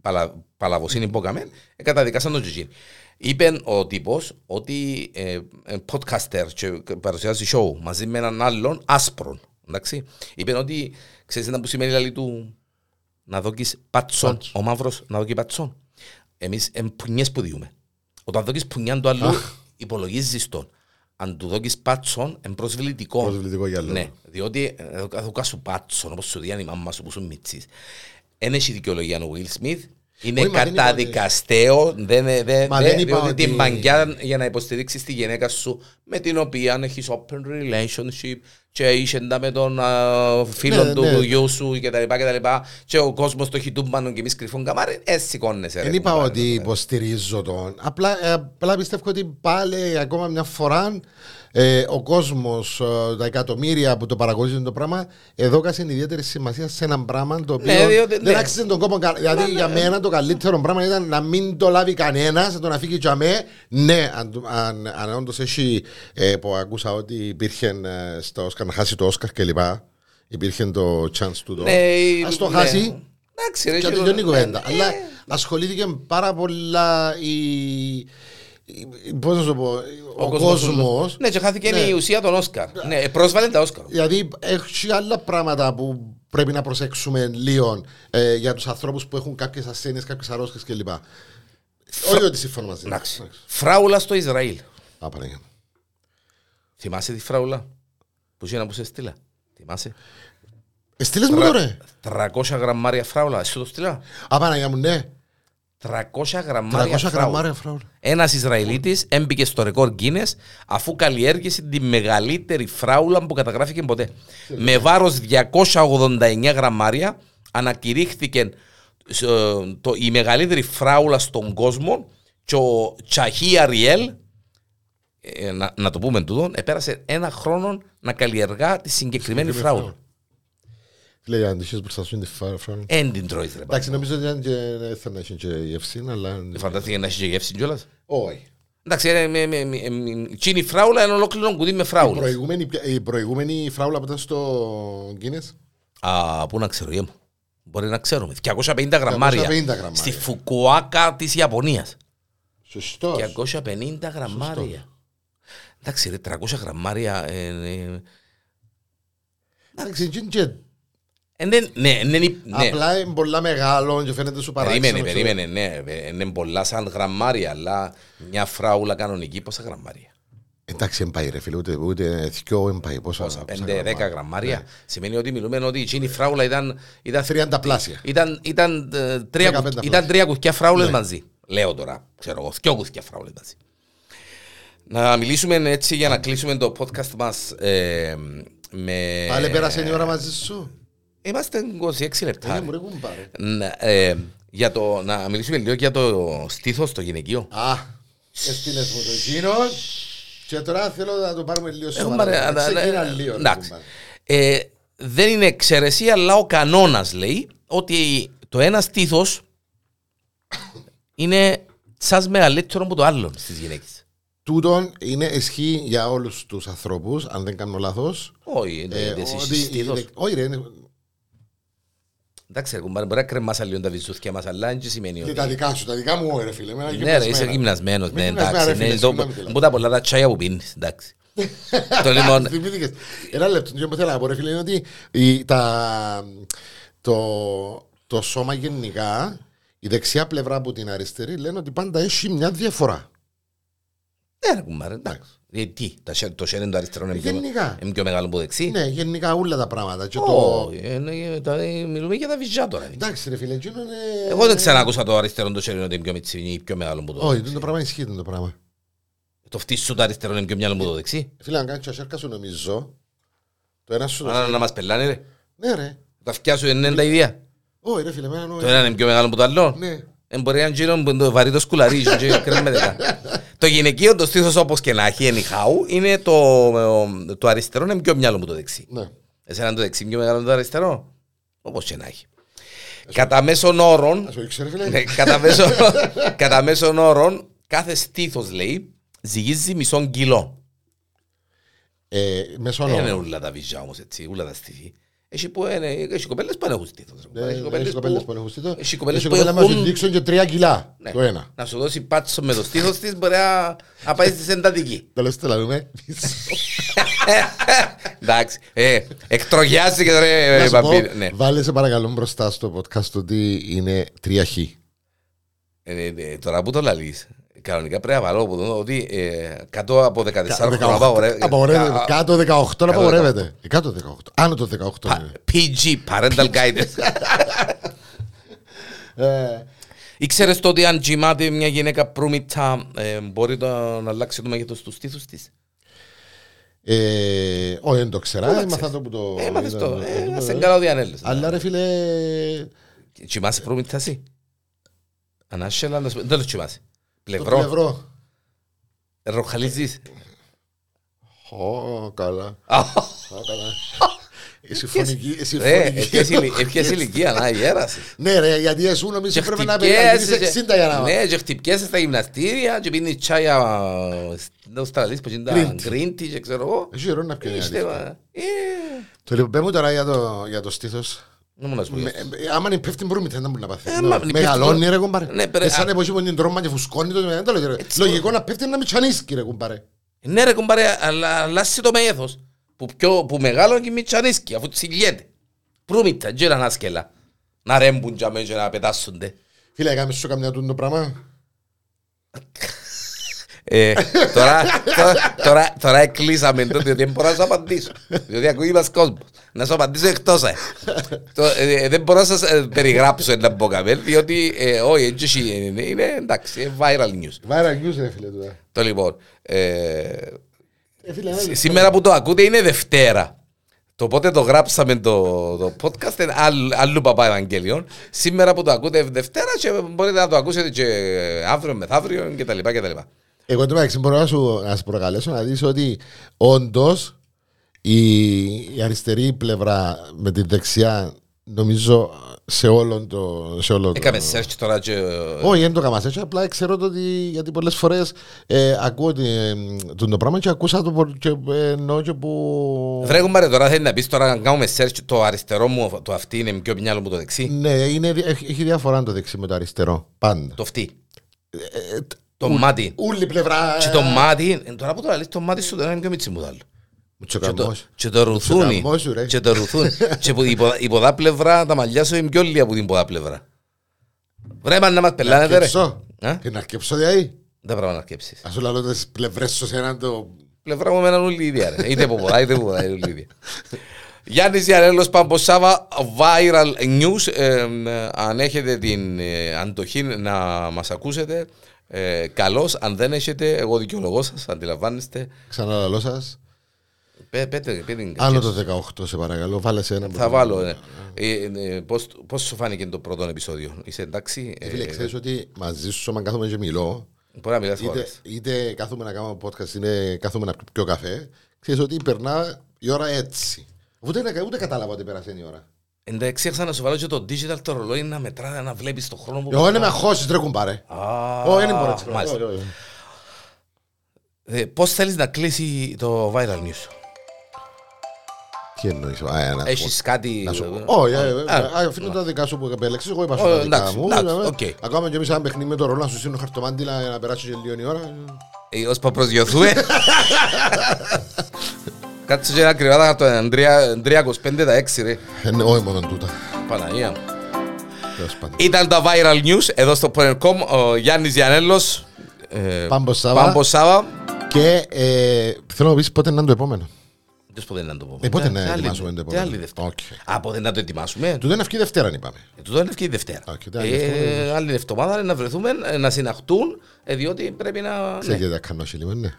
παλα, παλαβοσύνη μπόκαμεν, ε, καταδικάσαν τον Τζιτζίν. Είπε ο τύπος ότι ε, ε, podcaster και παρουσιάζει show μαζί με έναν άλλον άσπρον. Εντάξει. Είπε ότι ξέρεις να που σημαίνει λαλή του να δόκεις πατσόν. Ο μαύρος να δόκει πατσόν. Εμείς εμ, πουνιές που διούμε. Όταν δόκεις πουνιάν του άλλου, υπολογίζεις τον. Αν του δόκεις πάτσον, εν προσβλητικό.
Προσβλητικό για άλλο.
Ναι, διότι ε, θα δω κάσου πάτσον, όπως σου διάνει η μαμά σου που σου μίτσις. Εν έχει δικαιολογία ο Will Smith. Είναι
Όχι, μα δεν είπα
καταδικαστέο, δεν, δεν, δεν,
Μα δεν είπα
διότι
ότι-
την μαγκιά για να υποστηρίξεις τη γυναίκα σου με την οποία έχεις open relationship και είσαι εντά με τον α, φίλο
Ναι,
του
ναι.
γιου σου και τα λοιπά και τα λοιπά και ο κόσμος το έχει τούμπανο και εμείς κρυφών καμάρι, ε, σηκώνεσαι ρε.
Δεν είπα
κουμπάρε.
ότι υποστηρίζω τον. Απλά, ε, απλά πιστεύω ότι πάλι ακόμα μια φορά ε, ο κόσμος, τα εκατομμύρια που το παρακολουθούν το πράγμα, εδώ κάσαν ιδιαίτερη σημασία σε έναν πράγμα το οποίο
Ναι, διότι-
δεν
ναι.
άξιζε τον κόπο. κα- Δηλαδή για μένα το καλύτερο πράγμα ήταν να μην το λάβει κανένας, να τον αφήκει για μέ. Ναι, αν, του- αν, αν όντως έχει ε, που ακούσα ότι υπήρχε ε, στο Όσκαρ να χάσει το Όσκαρ κλπ. Υπήρχε το chance του το.
Ναι,
Ας το
ναι.
χάσει.
Εντάξει ρε.
Ε, Και ε,
και-
τελειώνει η κουβέντα.
ναι,
Αλλά
ναι.
ασχολήθηκε πάρα πολλά η. η- Πώς να σου το πω, ο, κόσμο.
Ναι και χάθηκε
Ναι.
η ουσία των Όσκαρ. Ναι, ε, πρόσβαλε τα Όσκαρ.
Δηλαδή, έχει άλλα πράγματα που πρέπει να προσέξουμε λίγο ε, για τους ανθρώπους που έχουν κάποιες ασθένειες, κάποιες αρρώστιες κλπ. Όχι ότι συμφωνώ μαζί.
Εντάξει. Φράουλα στο Ισραήλ.
Α, Παναγία μου.
Θυμάσαι τη φράουλα που είχε να που σε στείλα. Θυμάσαι.
Ε, στείλες μου τώρα.
300 γραμμάρια φράουλα. Σου το στείλα.
Α, Παναγιά μου, ναι.
300
300
γραμμάρια φράουλα.
γραμμάρια φράουλα.
Ένας Ισραηλίτης έμπηκε στο ρεκόρ Guinness αφού καλλιέργησε τη μεγαλύτερη φράουλα που καταγράφηκε ποτέ. Με βάρος 289 γραμμάρια ανακηρύχθηκε ε, το, η μεγαλύτερη φράουλα στον κόσμο και ο Τσαχί Αριέλ, ε, να, να το πούμε τούτο, επέρασε ένα χρόνο να καλλιεργά τη συγκεκριμένη φράουλα.
Λέει, αν τυχείς μπροστά σου είναι τη φά- φράουλα.
Εν την τρώεις ρε
Εντάξει, νομίζω ότι ήταν και- δεν θα να έχει και γευσίνα, αλλά...
Δεν Φαντάστηκε να έχει και γεύση κιόλας.
Όχι.
Εντάξει, ε, με- με- με- με- τσίνη φράουλα είναι ολόκληρο κουτί με
Η
φράουλα.
προηγούμενη, η προηγούμενη φράουλα που ήταν στο Guinness.
Α, πού να ξέρω, γεια μου. Μπορεί να ξέρουμε. 250 γραμμάρια.
250 γραμμάρια.
Στη Φουκουάκα της Ιαπωνίας.
Σωστός.
250 γραμμάρια. Εντάξει, ρε, 300 γραμμάρια. ε, ε,
Εντάξει, είναι και-
ε, δεν- Ναι, ναι, ναι. ναι.
Απλά είναι πολλά μεγάλο και φαίνεται σου παράξενο.
Περίμενε,
ξέρω.
περίμενε, ναι. ε, Είναι πολλά σαν γραμμάρια, αλλά μια φράουλα κανονική πόσα γραμμάρια.
Εντάξει, δεν πάει ρε φίλε, ούτε, ούτε δυο δεν πάει. Πόσα,
Πόσα,
πόσα
5-10
γραμμάρια. Ναι.
γραμμάρια. Σημαίνει ότι μιλούμε ότι η τσίνη φράουλα ήταν, ήταν
30 πλάσια.
Ήταν, ήταν, ε, τρία,
15
κου- ήταν
φράουλες.
τρία κουθιά φράουλες μαζί. Λέω τώρα, ξέρω εγώ, δυο κουθιά φράουλες μαζί. Να μιλήσουμε έτσι για να κλείσουμε το podcast μας ε, με...
Πάλε πέρασε
ε,
Ε, ναι, η ώρα μαζί σου.
Είμαστε 26
Δεν
λεπτά.
μου ρε κουμπά, ρε.
Να, ε, για το, να μιλήσουμε λίγο για το στήθος στο γυναικείο.
Α, έστειλες μου το εκείνον. Και τώρα θέλω να το πάρουμε λίγο
Έχουμε, ρε,
σοβαρά.
Ε, αλλά-
Ξεκίνα
ε,
λίγο. ρε,
εντάξει.
κουμπάρε.
Ε, δεν είναι εξαιρεσία, αλλά ο κανόνας λέει ότι το ένα στήθος είναι σαν μεγαλύτερο από το άλλο στις γυναίκες.
Τούτον είναι ισχύει για όλους τους ανθρώπους, αν δεν κάνω λάθος.
Όχι, είναι
Ε,
Ναι, εσύ
ότι-
στήθος.
είναι- Όχι ρε, είναι-
Εντάξει, ρε κουμπάρε, μπορεί να κρεμάσα λίγο τα βυζούθια μας, αλλά δεν σημαίνει
είναι
ότι.
τα δικά σου, τα δικά μου ρε φίλε. εμένα
Ναι, ρε, είσαι
γυμνασμένα.
γυμνασμένος.
Μη
Ναι,
γυμνασμένα,
εντάξει.
ρε, φίλε,
ναι, το-
συγγνώμη, φίλε.
Μου τα πολλά τα τσάια που πίνεις. Εντάξει. Το λοιπόν.
Θυμήθηκες. Ένα λεπτό, τι θέλω να πω ρε φίλε, είναι ότι η- τα- το- το σώμα γενικά, η δεξιά πλευρά από την αριστερή λένε ότι πάντα έχει μια διαφορά.
Ναι, ρε κουμπάρε, εντάξει. Ε, Τι, τα σέ- το σέρεν το αριστερό είναι πιο-
Γενικά.
είναι πιο μεγάλο από το δεξί.
Ναι, γενικά όλα τα πράγματα. Και το...
Ε. Όχι, ε, ναι, τα- ε, μιλούμε για τα βυζιά τώρα.
Εντάξει ρε φίλε, εκείνο είναι...
Εγώ δεν ξανακούσα το αριστερό το χέρι ότι είναι πιο μιτσί, είναι πιο μεγάλο από το
Όχι,
δεξί.
το πράγμα ισχύει το πράγμα.
Το φτύσσο το αριστερό είναι πιο μυαλό από το δεξί.
Φίλε, αν κάνεις ασέρκα σου νομίζω, το ένα σου...
Άρα να μας πελάνε ρε.
Ναι ρε.
Τα αυτιά σου είναι τα ίδια.
Όχι ρε φίλε, εμένα
Το
νόημα.
ένα είναι πιο μεγάλο από το άλλο.
Ναι.
Εν μπορεί να γίνει που είναι το βαρύ το σκουλαρί και κρέμεται τα. Το γυναικείο το στήθος όπως και να έχει anyhow είναι ε, το, το αριστερό είναι πιο μυαλό από το δεξί.
Ναι.
Εσένα είναι το δεξί πιο μεγάλο από το αριστερό. Όπως και να έχει. Κατά μέσον όρον
Ας το ήξερε φίλε.
Ναι, κατά, μέσο, κατά μέσον όρον, κάθε στήθος λέει ζυγίζει μισό κιλό.
Ε, Μέσω
Δεν είναι
όνομα.
όλα τα βυζιά όμως έτσι, όλα τα στήθη. Έχει, που, είναι, έχει κοπέλες που δεν έχουν στήθος.
Ε, Έχει κοπέλες που έχουν στήθος.
Έχει κοπέλες
Έχει
που
κοπέλα μας
έχουν- Ναι.
δείξουν και τρία κιλά. Το ένα.
Να σου δώσει πάτσο με το στήθος της, μπορεί να, να πάει στη συντατική.
Τέλος τι λαλούμε.
Εντάξει. Ε, εκτρογιάστηκες ρε,
Να
ε,
σου πω,
παππύρ. Ναι.
Βάλε σε παρακαλώ μπροστά στο podcast ότι είναι τρία χ.
Ε, ε, ε, Τώρα που το λαλείς, κανονικά πρέπει να βάλω από το ότι ε, κάτω από 14 χρόνια ε,
Απαγορεύεται.
απαγορεύεται.
Κάτω 18 απαγορεύεται. Ε,
18.
Κάτω 18. Άνω το ναι. 18 είναι.
PG, parental guidance.
Ε,
Ήξερες το ότι αν τζιμάται μια γυναίκα προύμητα ε, μπορεί το, να αλλάξει το μέγεθος του στήθους της.
ε, Όχι, δεν το ξέρα.
Όλα
Έμαθα
ξέρεις.
το που το.
Ε, μάθες το. Ε, να
Ε,
σε καλά ότι ανέλεσαι.
Αλλά ρε φίλε.
Τζιμάσαι προύμητα εσύ. Ανάσχελα, να σου- δεν το τζιμάσαι.
Το
Πλευρό.
πλευρό.
Ροχαλίζεις.
Ω, καλά.
Α,
Ω, καλά. Η συμφωνική. η
Ρε,
συμφωνική-
έφτιας ηλικία, να γέρασες.
Ναι, ρε, γιατί εσύ νομίζω
Και
ε, πρέπει να περιμένει 60 για να.
χτυπιέσαι, ναι, και χτυπιέσαι στα γυμναστήρια και πίνεις τσάια ε, στην Αυστραλία που είναι τα
Green tea.
green tea και ξέρω εγώ.
Έχει ρόλο να πιάνει.
Είστε, μα, ε,
Το λοιπόν, πες μου τώρα για το- για το στήθος.
να μου να σου πω.
Με- ε, Άμα είναι πέφτει μπρούμη, δεν μπορεί να πάθει.
Ε,
Ναι.
μα, είναι
Μεγαλώνει
πέφτει
ρε
μπρούμη. Ναι,
κουμπάρε.
πέρα-
Ε, Σαν εποχή που είναι τρώμα και φουσκώνει το δεν το λέω, ρε.
Έτσι,
Λογικό να πέφτει να μην τσανίσκει ρε κουμπάρε.
Ναι ρε κομπάρε, αλλά αλλάζει το μέγεθος που, πιο, που μεγάλο και μη τσανίσκει αφού τσιλιέται. Προύμητα, και να σκέλα. Να ρέμπουν τζαμές και να πετάσσονται.
Φίλε, έκαμε σου καμιά τούτο πράγμα.
Ε, τώρα, τώρα, τώρα, τώρα εκλείσαμε το διότι δεν μπορώ να σου απαντήσω. Διότι ακούει μας κόσμος. να σου απαντήσω ε. εκτό. ε, Δεν μπορώ να σας περιγράψω ένα μποκαμπέλ, διότι ε, όχι, έτσι είναι, είναι, ε, εντάξει, viral news.
Viral news ρε φίλε τώρα.
Το λοιπόν. ε,
Ε, φίλε,
σ-
ένα-
σήμερα που το ακούτε είναι Δευτέρα. Το πότε το γράψαμε το, το podcast είναι άλλ- αλλού παπά Ευαγγέλιον. Σήμερα που το ακούτε Δευτέρα και μπορείτε να το ακούσετε και αύριο μεθαύριο κτλ. κτλ.
Εγώ εν τω μεταξύ μπορώ να σου, να σου προκαλέσω να δεις ότι όντως η, η αριστερή πλευρά με τη δεξιά νομίζω σε όλον το. Σε όλο
Έκαμε
το...
search τώρα και...
Όχι, δεν το έκανα έτσι. Απλά ξέρω το ότι. Γιατί πολλές φορές ε, ακούω ότι, ε, τον το πράγμα και ακούσα το. πο- Και, ε, εννοώ και που.
Βρέγω μάρε τώρα θέλει να πεις τώρα να κάνουμε search το αριστερό μου το αυτή είναι πιο μυαλό μου το δεξί.
Ναι, είναι, δι- έχει, έχει διαφορά το δεξί με το αριστερό. Πάντα.
Το αυτή. Το μάτι.
Ούλη πλευρά.
Και το μάτι, ε, τώρα που το λαλείς, το μάτι σου δεν είναι πιο μίτσι μου δάλλω. Και το-
Μουτσοκαμός.
Και το ρουθούνι.
γαμώ σου, ρε.
Και το ρουθούνι. Και που- η ποδα- η ποδά πλευρά, τα μαλλιά σου είναι πιο λίγα από την ποδά πλευρά. Βρε μα να μας πελάνετε ρε. Ε?
Αρκεψώ.
Α?
Και να αρκεψώ δηλαδή.
Δεν πρέπει να αρκέψεις.
Ας σου λέω τις πλευρές σου σε έναν το
Πλευρά μου μέναν όλοι ίδια ρε. Είτε από ποδά είτε από ποδά είναι όλοι ίδια. Γιάννης Ιαρέλος Παμποσάβα, viral news. Ε, ε, αν έχετε την ε, αντοχή να μας ακούσετε, ε, καλώς. Αν δεν έχετε, εγώ δικαιολογώ σας, αντιλαμβάνεστε.
Ξαναλαλώ σας.
Πέ- Πέτε, πέτε, την
Άνω το 18 σε παρακαλώ. Βάλε σε ένα.
Ε, Θα
πρώτο.
βάλω. ναι. Ε, ε, πώς- Πώς σου φάνηκε το πρώτο επεισόδιο, είσαι εντάξει.
Ε, Φίλε,
ε,
ξέρεις ότι μαζί σου όταν κάθομαι και μιλώ,
Μπορεί να μιλάς
είτε,
χωρίς.
είτε κάθομαι να κάνω podcast, είτε κάθομαι να πιω καφέ, ξέρεις ότι περνά η ώρα έτσι. Ούτε, να- ούτε κατάλαβα ότι περασαίνει η ώρα.
Εντάξει, έξα να σου βάλω και το digital το ρολόι να μετρά, να βλέπεις το χρόνο που...
Εγώ δεν με αγχώσεις, τρέχουν πάρε.
Α,
Όχι, δεν μπορώ έτσι.
μάλιστα.
Όχι, όχι, όχι.
Ε, Πώς θέλεις να κλείσει το viral news.
Τι εννοείς, α, ένα.
Έχεις κάτι...
Να σου πω.
ε,
Όχι, ε, ε,
α,
ε, ε, αφήνω τα δικά σου που επέλεξες, εγώ είπα
Ω,
σου τα δικά
εντάξει,
μου.
εντάξει,
Ε,
οκ.
Ακόμα και εμείς ένα παιχνίδι με το ρολό να σου σύνω χαρτομάντιλα να περάσει και λίγο η ώρα.
ε, Ως που προσγειωθούμε. Κάτσε και ένα κρυβάτα από το 325 τα 6 ρε.
Ε, ναι, Όχι μόνο τούτα.
Παναγία μου.
Τέλος πάντων.
Ήταν τα viral news εδώ στο Porn.com. Ο Γιάννης Γιανέλος. ε,
Πάμπος Σάβα.
Πάμπος Σάβα.
Και ε, θέλω να πεις πότε να είναι το επόμενο.
Ποιος πότε να το πούμε.
Ε, πότε
Τι
να
Ναι, άλλη-
ετοιμάσουμε το
τι
επόμενο.
άλλη Ε, Δευτέρα.
Οκ.
Α, πότε να το ετοιμάσουμε.
Του δεν αυκεί Δευτέρα, είπαμε.
Ε, Τούτο είναι ευκαιρία Δευτέρα.
Οκ, τι άλλη εβδομάδα
Ε, Άλλη εβδομάδα να βρεθούμε, ε, να συναχτούν, ε, διότι πρέπει να...
Σε γιατί τα κάνω σε λίγο, ναι.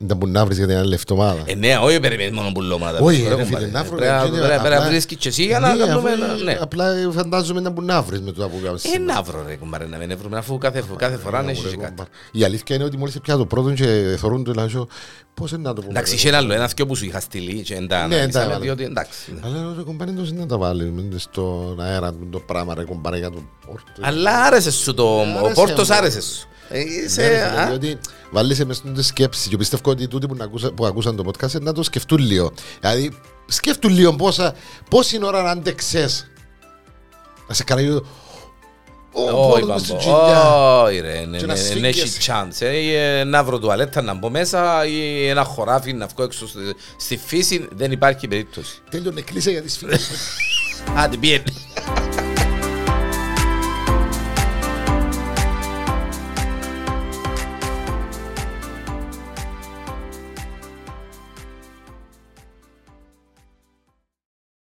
Να μπορεί να βρεις για την άλλη εβδομάδα.
Ε, ναι, όχι περιμένεις μόνο που λέω να
Όχι,
βρεις, ρε,
ρε φίλε,
κομπάρε.
να βρω.
Ε, Πρέπει να-
γιατί,
Πρέπει
απλά-
να βρεις και εσύ για να
Ναι,
κάνουμε...
αφού,
ένα-
ε,
Ναι.
Απλά ε, φαντάζομαι να μπορεί να βρεις με το που κάνεις
Ε,
σήμερα.
να βρω ρε κουμπάρε να μην βρούμε, αφού κάθε, κάθε φορά
Ναι,
έχει
ρε,
και κάτι.
κομπάρ. Η αλήθεια είναι ότι μόλις πια το πρώτο και θωρούν το λάζω, πώς είναι να το πούμε.
Εντάξει,
ρε.
είχε ένα άλλο, ένα δυο που σου είχα στείλει και εν τα
Ναι, εν τα
αναλύσαμε,
βάλαμε.
διότι εντάξει. ναι.
Αλλά ρε κομπάρ, εντός είναι να τα βάλεις μείνετε στον αέρα το πράγμα ρε κομπάρ για το ε. πόρτο.
Αλλά άρεσε σου το... Ο
Άρεσε
Πόρτος
μου.
άρεσε σου. Ε,
Ναι,
Είσαι...
ρε φίλε,
α,
Διότι βάλεις μέσα στην σκέψη και πιστεύω ότι τούτοι που, να ακούσα- που ακούσαν το podcast είναι να το σκεφτούν λίγο. Δηλαδή σκεφτούν λίγο πόσα, πόση ώρα να αντέξες. Να σε κάνει λίγο... Ο
Όχι,
πόνος μες στην κοιλιά.
μπαμπό. Όχι, ρε. ναι,
Και
ναι,
να
ναι, ναι,
σφίγγεσαι.
Έχει chance. ε, ε, Να βρω τουαλέτα να μπω μέσα ή ένα χωράφι να βγω έξω στη- στη φύση. Δεν υπάρχει περίπτωση.
Τέλειωνε, κλείσε για τις φίλες.
Άντε, πιέν.